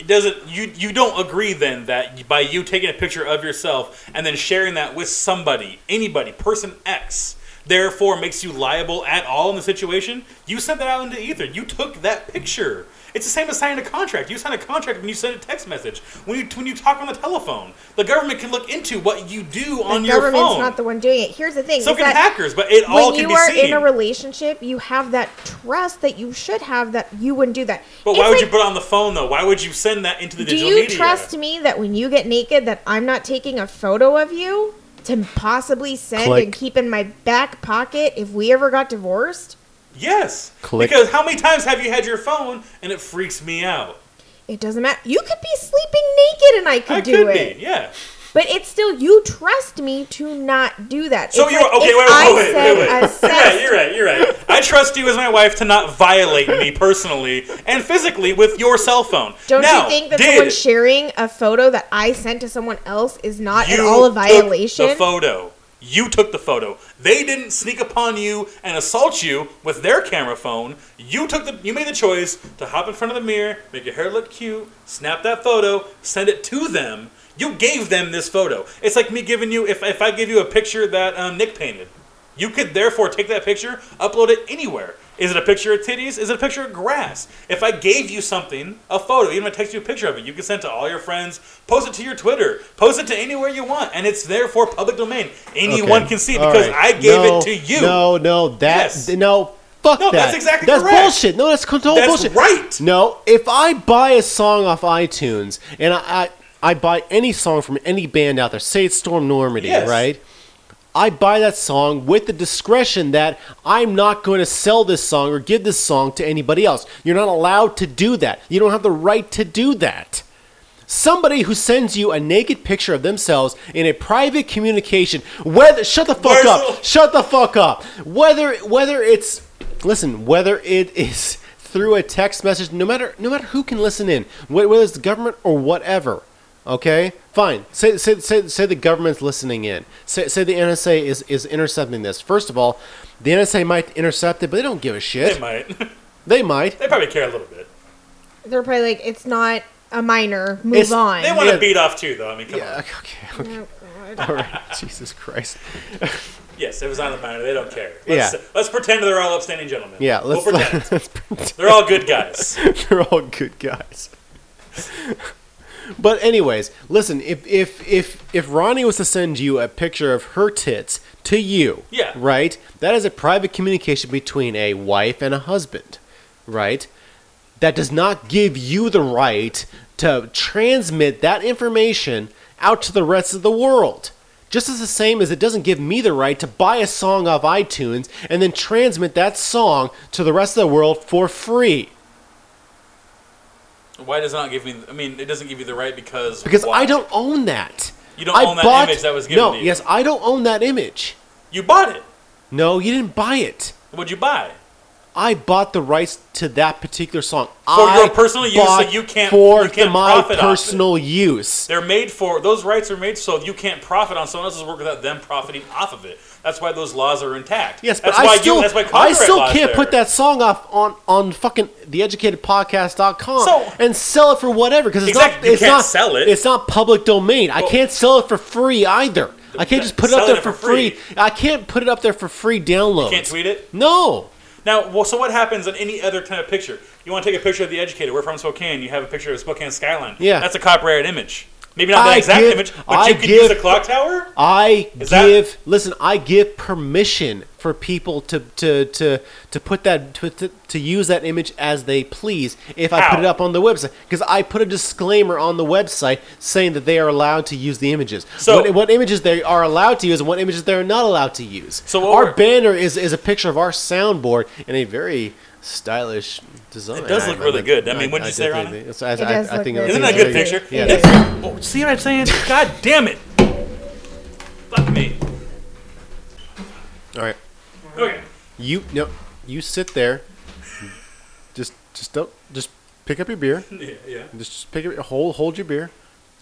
B: It doesn't you you don't agree then that by you taking a picture of yourself and then sharing that with somebody, anybody, person X, therefore makes you liable at all in the situation? You sent that out into ether. You took that picture. It's the same as signing a contract. You sign a contract when you send a text message. When you when you talk on the telephone, the government can look into what you do on
C: the
B: your
C: government's
B: phone.
C: not the one doing it. Here's the thing.
B: so
C: is
B: can
C: that-
B: hackers, but it all can
C: when you
B: be
C: are
B: seen.
C: in a relationship, you have that trust that you should have that you wouldn't do that.
B: but
C: It's
B: why would
C: like,
B: you put it on the phone though? Why would you send that into the
C: Do
B: digital
C: you
B: media?
C: trust me that when you get naked, that I'm not taking a photo of you to possibly send
A: Click.
C: and keep in my back pocket if we ever got divorced?
B: Yes.
A: Click.
B: Because how many times have you had your phone and it freaks me out?
C: It doesn't matter. You could be sleeping naked and I could
B: I
C: do
B: could
C: it.
B: be, yeah.
C: But it's still you trust me to not do that.
B: So
C: It's
B: you're
C: like
B: okay.
C: if
B: Wait,
C: I
B: wait, wait,
C: said
B: wait, wait. You're
C: a
B: right.
C: sex
B: You're right. You're right. I trust you as my wife to not violate me personally and physically with your cell phone.
C: Don't
B: now,
C: you think that
B: did
C: someone sharing a photo that I sent to someone else is not at
B: you
C: all a
B: took
C: violation?
B: The photo. You took the photo. They didn't sneak upon you and assault you with their camera phone. You took the. You made the choice to hop in front of the mirror, make your hair look cute, snap that photo, send it to them. You gave them this photo. It's like me giving you. If, if I give you a picture that um, Nick painted, you could therefore take that picture, upload it anywhere. Is it a picture of titties? Is it a picture of grass? If I gave you something, a photo, even if I text you a picture of it, you can send it to all your friends, post it to your Twitter, post it to anywhere you want, and it's therefore public domain. Anyone
A: Okay.
B: can see it
A: All
B: because
A: right.
B: I gave
A: No,
B: it to you.
A: No, no, that
B: Yes.
A: no. Fuck
B: No,
A: that.
B: that's exactly
A: That's
B: correct.
A: bullshit. No, that's total
B: That's
A: bullshit.
B: right.
A: No, if I buy a song off iTunes and I, I I buy any song from any band out there, say it's Storm Normandy,
B: Yes.
A: right? I buy that song with the discretion that I'm not going to sell this song or give this song to anybody else. You're not allowed to do that. You don't have the right to do that. Somebody who sends you a naked picture of themselves in a private communication, whether shut the fuck
B: Where's
A: up,
B: the-
A: shut the fuck up. Whether whether it's listen, whether it is through a text message, no matter no matter who can listen in, wh- whether it's the government or whatever. Okay, fine. Say say say, say the government's listening in. Say, say the NSA is is intercepting this. First of all, the NSA might intercept it, but they don't give a shit.
B: They might. they
A: They might.
B: probably care a little bit.
C: They're probably like, it's not a minor. Move
A: It's-
C: on.
B: They want
A: Yeah.
B: to beat off too, though. I mean, come
A: Yeah,
B: on.
A: okay, okay.
C: Oh, God.
A: All right. Jesus Christ.
B: Yes, if it's on the minor, they don't care.
A: Yeah.
B: Let's, let's pretend they're all upstanding gentlemen.
A: Yeah,
B: We'll
A: let's
B: pretend.
A: let's pretend.
B: they're all good guys.
A: they're all good guys. but anyways, listen, if if if if Ronnie was to send you a picture of her tits to you,
B: Yeah.
A: right? That is a private communication between a wife and a husband, right? That does not give you the right to transmit that information out to the rest of the world. Just as the same as it doesn't give me the right to buy a song off iTunes and then transmit that song to the rest of the world for free.
B: Why does it not give me? I mean, it doesn't give you the right because
A: Because
B: why?
A: I don't own that.
B: You don't
A: I
B: own that
A: bought-
B: image that was given
A: no,
B: to you.
A: yes, I don't own that image.
B: You bought it.
A: No, you didn't buy it.
B: What'd you buy?
A: I bought the rights to that particular song
B: For your
A: I
B: personal use, so
A: bought
B: you can't-
A: for
B: you can't
A: my
B: profit off it.
A: personal use.
B: They're made for those rights are made so you can't profit on someone else's work without them profiting off of it. That's why those laws are intact.
A: Yes, but
B: that's
A: I
B: why
A: still
B: you, that's why
A: I
B: copyright
A: still
B: law's
A: can't
B: there.
A: put that song off on on fucking theeducatedpodcast.com
B: So-
A: and sell it for whatever because it's not
B: Exact- you
A: it's
B: can't
A: not
B: sell it.
A: It's not public domain. I
B: Well-
A: can't sell it for free either. I can't just put it up
B: Selling
A: there for free. I can't put it up there for free download.
B: Can't tweet it.
A: No.
B: Now, well, so what happens in any other kind of picture? You want to take a picture of the educator. We're from Spokane. You have a picture of Spokane skyline.
A: Yeah.
B: that's a copyrighted image. Maybe not
A: I
B: that exact
A: give-
B: image, but
A: I
B: you could
A: give-
B: use a clock tower.
A: I
B: Is that-
A: give listen. I give permission for people to to to to put that to, to, to use that image as they please if I put
B: How?
A: it up on the website because I put a disclaimer on the website saying that they are allowed to use the images.
B: So-
A: what, what images they are allowed to use and what images they are not allowed to use.
B: So what
A: our
B: we're-
A: banner is is a picture of our soundboard in a very stylish design.
B: It does look really
A: think-
B: good. I mean, wouldn't you say,
A: definitely
B: Ron?
A: think- so I-
C: It
A: I-
C: does
A: I
C: look
A: think
C: good.
A: I
B: Isn't
A: think
B: that a
A: it's very
B: good picture?
A: Yeah.
B: That's- oh, see what I'm saying? God damn it! Fuck me.
A: All right.
B: Okay.
A: You no, you sit there. Just just don't just pick up your beer.
B: Yeah, yeah.
A: Just pick up hold hold your beer,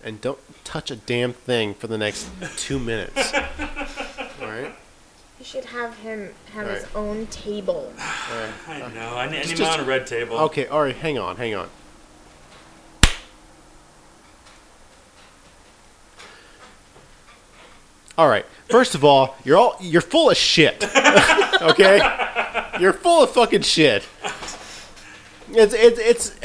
A: and don't touch a damn thing for the next two minutes. All right.
C: You should have him have his
A: Alright.
C: own table.
B: I know. I need, I
A: Just-
B: need
A: just-
B: my own red table.
A: Okay. All right. Hang on. Hang on. All right. First of all, you're all you're full of shit. okay? You're full of fucking shit. It's it's it's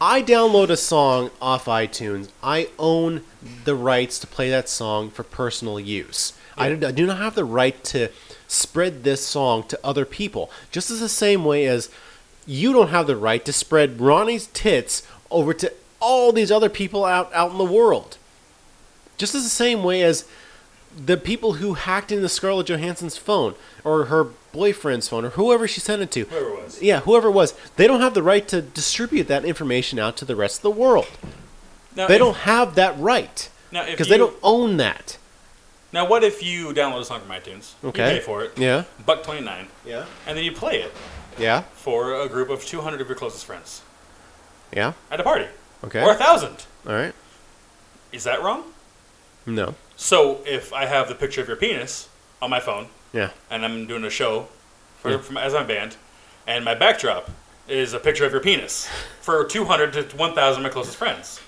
A: I download a song off iTunes. I own the rights to play that song for personal use. I, do, I do not have the right to spread this song to other people. Just as the same way as you don't have the right to spread Ronnie's tits over to all these other people out, out in the world. Just as the same way as the people who hacked into Scarlett Johansson's phone or her boyfriend's phone or whoever she sent it to.
B: Whoever it was.
A: Yeah, whoever it was, they don't have the right to distribute that information out to the rest of the world.
B: Now,
A: They
B: if-
A: don't have that right
B: Now, if
A: because they
B: you-
A: don't own that.
B: Now, what if you download a song from iTunes?
A: Okay.
B: You pay for it.
A: Yeah.
B: Buck twenty nine.
A: Yeah.
B: And then you play it
A: Yeah.
B: for a group of two hundred of your closest friends
A: Yeah.
B: at a party,
A: Okay.
B: or a thousand.
A: All right.
B: Is that wrong?
A: No.
B: So if I have the picture of your penis on my phone
A: Yeah.
B: and I'm doing a show for,
A: Yeah.
B: for my- as my band, and my backdrop is a picture of your penis for two hundred to one thousand of my closest friends,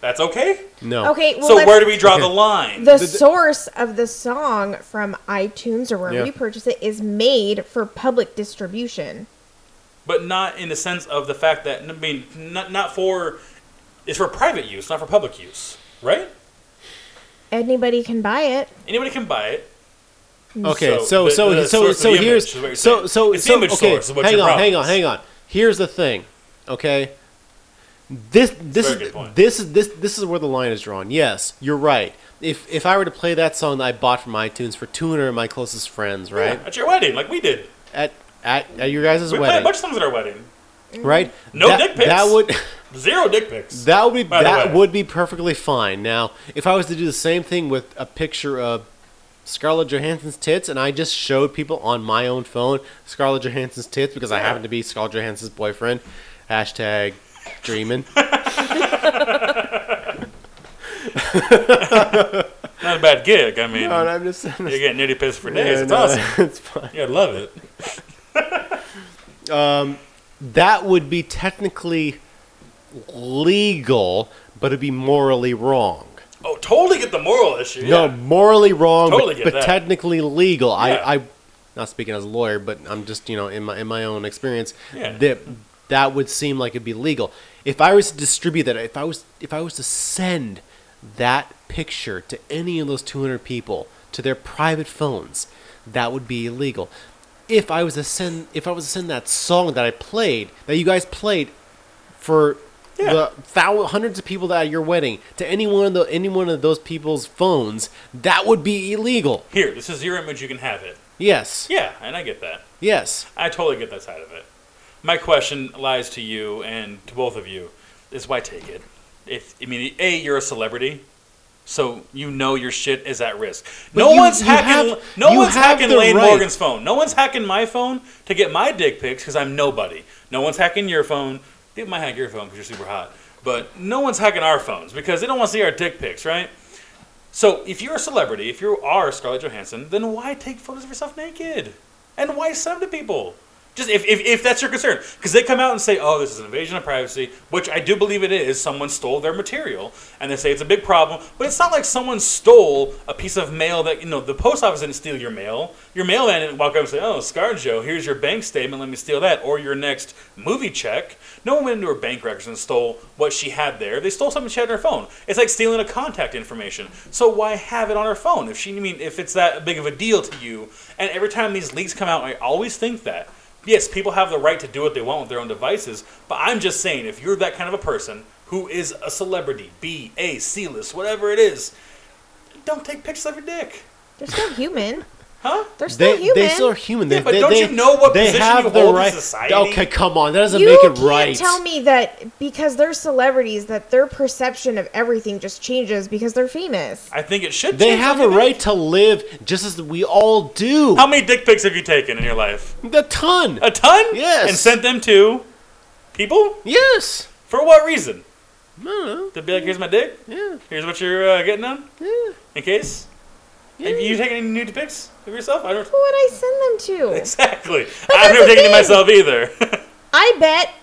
B: that's okay.
A: No.
C: Okay, well,
B: so
C: let's-
B: where do we draw
A: Okay.
B: the line?
C: the
A: the-
C: source of the song from iTunes or where
A: Yeah.
C: we purchase it is made for public distribution.
B: but not in the sense of the fact that I mean, not not for it's for private use, not for public use, right?
C: Anybody can buy it.
B: Anybody can buy it.
A: Okay. So
B: So
A: so
B: the-
A: so
B: the
A: so,
B: source of the
A: here's
B: image is what you're
A: so
B: saying.
A: so
B: It's the
A: so
B: image
A: okay.
B: source is what
A: hang
B: your
A: on.
B: problem
A: Hang on.
B: is.
A: Hang on. Here's the thing. Okay. This this
B: very
A: is
B: good point.
A: this is this this is where the line is drawn. Yes, you're right. If if I were to play that song that I bought from iTunes for 200 of my closest friends, right?
B: At your wedding, like we did.
A: at at, at your guys'
B: We played a
A: wedding,
B: bunch of songs at our wedding.
A: right?
B: No
A: that,
B: dick pics.
A: That would
B: Zero dick pics.
A: that would be
B: By the
A: that
B: way.
A: would be perfectly fine. Now, if I was to do the same thing with a picture of Scarlett Johansson's tits, and I just showed people on my own phone Scarlett Johansson's tits because I
B: Yeah.
A: happen to be Scarlett Johansson's boyfriend. Hashtag dreaming.
B: Not a bad gig. I mean,
A: No, and I'm just saying.
B: you're getting nitty pissed for days.
A: Yeah,
B: it's
A: no,
B: awesome.
A: uh, It's fine.
B: Yeah, I love it.
A: That would be technically legal, but it'd be morally wrong.
B: Oh, totally get the moral issue.
A: No,
B: yeah.
A: morally wrong,
B: Totally
A: but,
B: get
A: but
B: that.
A: technically legal.
B: Yeah.
A: I, I, not speaking as a lawyer, but I'm just you know in my in my own experience
B: Yeah.
A: that that would seem like it'd be legal. If I was to distribute that, if I was if I was to send that picture to any of those 200 people to their private phones, that would be illegal. If I was to send if I was to send that song that I played that you guys played for
B: Yeah.
A: the thou- hundreds of people that are at your wedding to any one of the any one of those people's phones, that would be illegal.
B: Here, this is your image. You can have it.
A: Yes.
B: Yeah, and I get that.
A: Yes.
B: I totally get that side of it. My question lies to you and to both of you: is why take it? If I mean, a you're a celebrity, So you know your shit is at risk.
A: But
B: no
A: you-
B: one's
A: you
B: hacking.
A: have-
B: no
A: you
B: one's
A: have
B: hacking
A: the
B: Lane
A: right.
B: Morgan's phone. No one's hacking my phone to get my dick pics because I'm nobody. No one's hacking your phone. They might hack your phone because you're super hot. But no one's hacking our phones because they don't want to see our dick pics, right? So if you're a celebrity, if you are Scarlett Johansson, then why take photos of yourself naked? And why sub to people? Just if, if, if that's your concern. Because they come out and say, oh, this is an invasion of privacy, which I do believe it is. Someone stole their material. And they say it's a big problem. But it's not like someone stole a piece of mail that, you know, the post office didn't steal your mail. Your mailman didn't walk up and say, oh, ScarJo, here's your bank statement. Let me steal that. Or your next movie check. No one went into her bank records and stole what she had there. They stole something she had on her phone. It's like stealing a contact information. So why have it on her phone? If she, I mean, if it's that big of a deal to you. And every time these leaks come out, I always think that. Yes, people have the right to do what they want with their own devices, but I'm just saying, if you're that kind of a person who is a celebrity, B, A, C list, whatever it is, don't take pictures of your dick.
C: They're still human.
B: Huh?
C: They're still
A: They,
C: human.
A: they still are human. They,
B: Yeah, but
A: they-
B: don't
A: they-
B: you know what
A: they
B: position
A: have
B: you
A: the
B: hold in
A: right.
B: society?
A: Okay, come on. That doesn't
C: you
A: make
C: can't
A: it right.
C: tell me that because they're celebrities that their perception of everything just changes because they're famous.
B: I think it should.
A: They
B: change
A: have a
B: something.
A: right to live just as we all do.
B: How many dick pics have you taken in your life?
A: The ton.
B: A ton?
A: Yes.
B: And sent them to people?
A: yes.
B: For what reason?
A: I don't
B: To be like, here's my dick.
A: know.
B: Here's what you're uh, getting on,
A: Yeah. Yeah.
B: in case. Have you taken any nude pics of yourself? I don't.
C: Who would I send them to?
B: Exactly.
C: that's
B: I've never
C: the
B: taken it
C: thing.
B: myself either.
C: I bet.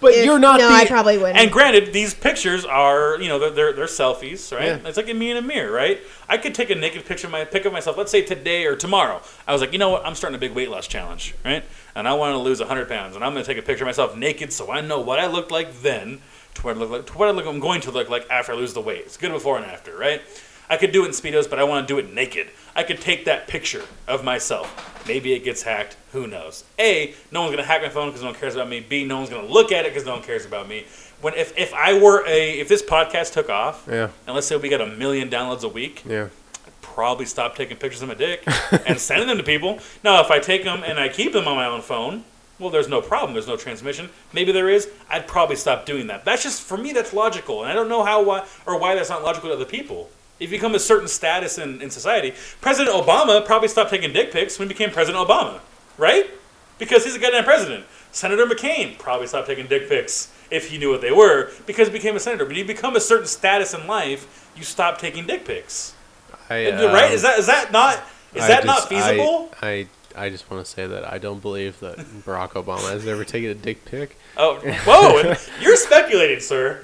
A: But
C: if-
A: you're not.
C: No,
A: the,
C: I probably wouldn't.
B: and granted, these pictures are, you know, they're they're, they're selfies, right?
A: Yeah.
B: It's like me in a mirror, right? I could take a naked picture of my pick of myself. Let's say today or tomorrow. I was like, you know what? I'm starting a big weight loss challenge, right? And I want to lose 100 pounds, and I'm going to take a picture of myself naked so I know what I looked like then to what I look like to what I look I'm going to look like after I lose the weight. It's good before and after, right? I could do it in speedos, but I want to do it naked. I could take that picture of myself. Maybe it gets hacked. Who knows? A, no one's gonna hack my phone because no one cares about me. B, no one's gonna look at it because no one cares about me. When if, if I were a if this podcast took off,
A: Yeah.
B: and let's say we got a million downloads a week,
A: Yeah.
B: probably stop taking pictures of my dick and sending them to people. Now, if I take them and I keep them on my own phone, well, there's no problem. There's no transmission. Maybe there is. I'd probably stop doing that. That's just for me. That's logical, and I don't know how why or why that's not logical to other people. If you become a certain status in, in society, President Obama probably stopped taking dick pics when he became President Obama, right? Because he's a goddamn president. Senator McCain probably stopped taking dick pics if he knew what they were because he became a senator. But you become a certain status in life, you stop taking dick pics.
A: I, um,
B: Is- right? Is that is that not is
A: I
B: that not
A: just- I-
B: feasible?
A: I, I just want to say that I don't believe that Barack Obama has ever taken a dick pic.
B: Oh, whoa! and you're speculating, sir.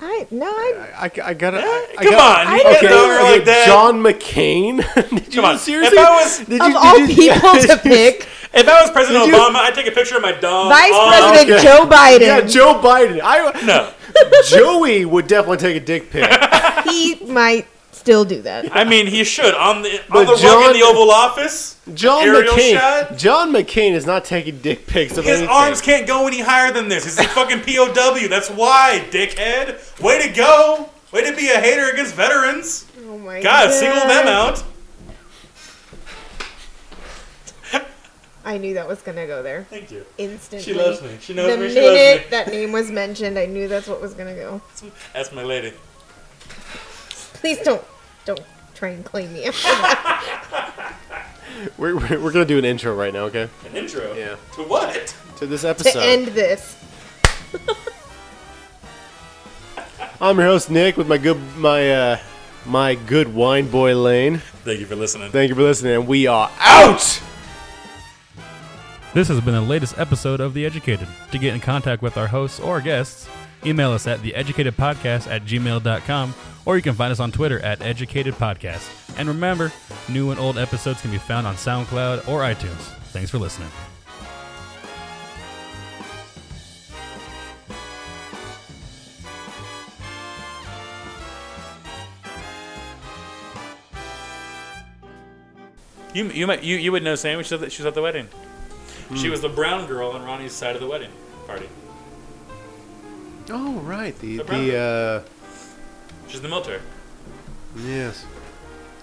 C: I no, I
A: I, I, I gotta. I, I
B: Come
A: gotta-
B: on, you can't
C: Okay,
B: go over
A: okay,
B: like that.
A: John McCain. did you
B: Come on.
A: seriously?
B: If I was-
A: did
C: of
A: you,
C: all
A: did you-
C: people to pick,
B: If I was President
A: Did you-
B: Obama, I'd take a picture of my dog.
C: Vice
B: Oh,
C: President
A: okay.
C: Joe Biden.
A: yeah, Joe Biden. I
B: No,
A: Joey would definitely take a dick pic.
C: he might still do that.
B: I mean he should on the on
A: But
B: the rug in
A: John-
B: the Oval Office.
A: John
B: Aerial
A: McCain.
B: shot?
A: John McCain is not taking dick pics of
B: His
A: anything.
B: arms can't go any higher than this. He's a fucking POW. That's why, dickhead. Way to go. Way to be a hater against veterans.
C: Oh my
B: God, single them out.
C: I knew that was gonna go there
B: Thank you.
C: instantly.
B: She loves me. She knows
C: the
B: me. She loves
C: minute
B: me.
C: that name was mentioned, I knew that's what was gonna go.
B: That's my lady.
C: Please don't, don't try and claim me.
A: We're, we're, we're gonna do an intro right now, okay?
B: An intro.
A: Yeah.
B: To what?
A: To this
C: to
A: episode.
C: end this.
A: I'm your host Nick with my good my uh, my good wine boy Lane.
B: Thank you for listening.
A: Thank you for listening. and We are out.
D: This has been the latest episode of The Educated. To get in contact with our hosts or guests, email us at theeducatedpodcast at gmail.com or you can find us on Twitter at educatedpodcast. And remember, new and old episodes can be found on SoundCloud or iTunes. Thanks for listening.
B: You you might you, you would know Sam. She was at the, she was at the wedding. She was the brown girl on Ronnie's side of the wedding party.
A: Oh right, the
B: The
A: the
B: She's in the military.
A: uh, yes.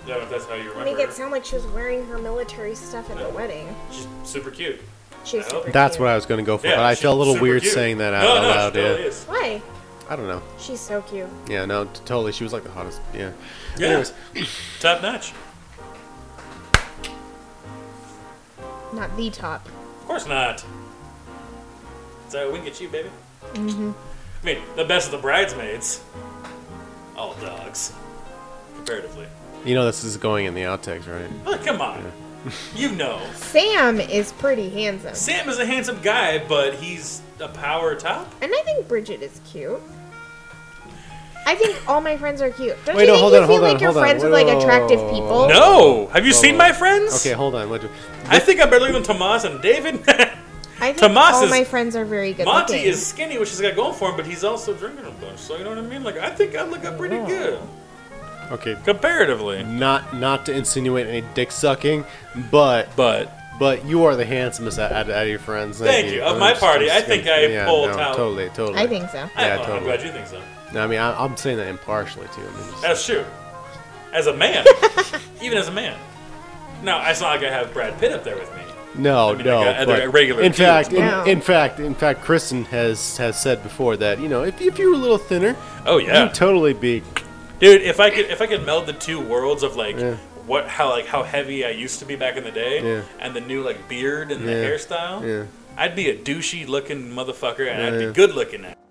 B: I don't know if that's how you
C: Make
B: remember.
C: it
B: her.
C: sound like she was wearing her military stuff at the wedding.
B: She's super cute.
C: She's
B: I hope-
C: super
A: That's
C: cute.
A: what I was gonna go for,
B: Yeah,
A: but I
B: she's
A: felt a little
B: super
A: weird
B: cute.
A: saying that out
B: no, no,
A: loud.
B: She totally
A: yeah.
B: is.
C: Why?
A: I don't know.
C: She's so cute.
A: Yeah, no, t- totally. She was like the hottest. Yeah.
B: Yeah.
A: Anyways,
B: Top notch.
C: Not the top.
B: Of course not. So we can get you, baby.
C: Mm-hmm.
B: I mean, the best of the bridesmaids. All dogs. Comparatively.
A: you know this is going in the outtakes, right?
B: Oh, come on. You know.
C: Sam is pretty handsome.
B: Sam is a handsome guy, but he's a power top?
C: And I think Bridget is cute. I think all my friends are cute. Don't
A: Wait,
C: you
A: no,
C: think
A: hold
C: you
A: on,
C: feel
A: hold
C: like
A: on,
C: you're
A: hold on.
C: friends with
A: Whoa,
C: like
A: whoa, whoa,
C: attractive
A: whoa, whoa,
C: people?
B: No! Have you seen my friends?
A: Oh, Okay, hold on. What do-
B: I think I'm better than Tomas and David.
C: I think
B: Tomas
C: all
B: is-
C: my friends are very good
B: Monty
C: looking.
B: is skinny, which he's got going for him, but he's also drinking a bunch. So you know what I mean? Like I think I look up pretty good
A: Okay.
B: comparatively.
A: Not not to insinuate any dick sucking, but
B: But
A: but you are the handsomest out, out, out of your friends.
B: Thank you. Of my party, I think I
A: yeah,
B: pulled
A: no,
B: out-
A: Totally, totally.
C: I think so.
B: I,
A: Yeah,
B: oh, I'm
A: totally.
B: glad you think so.
A: No, I mean, I, I'm saying that impartially too. I mean, just-
B: That's true. As a man, even as a man. Now it's not like I have Brad Pitt up there with me.
A: no,
B: I mean,
A: no.
B: like, uh, they're
A: but
B: regular
A: in
B: dudes,
A: fact, in,
C: but-
A: in fact, in fact, Kristen has has said before that you know if, if you were a little thinner,
B: Oh yeah,
A: you'd totally be.
B: dude. If I could, if I could meld the two worlds of like
A: Yeah.
B: what, how like how heavy I used to be back in the day,
A: Yeah.
B: and the new like beard and the
A: Yeah.
B: hairstyle,
A: Yeah.
B: I'd be a douchey looking motherfucker, and I'd
A: Yeah.
B: be good looking at.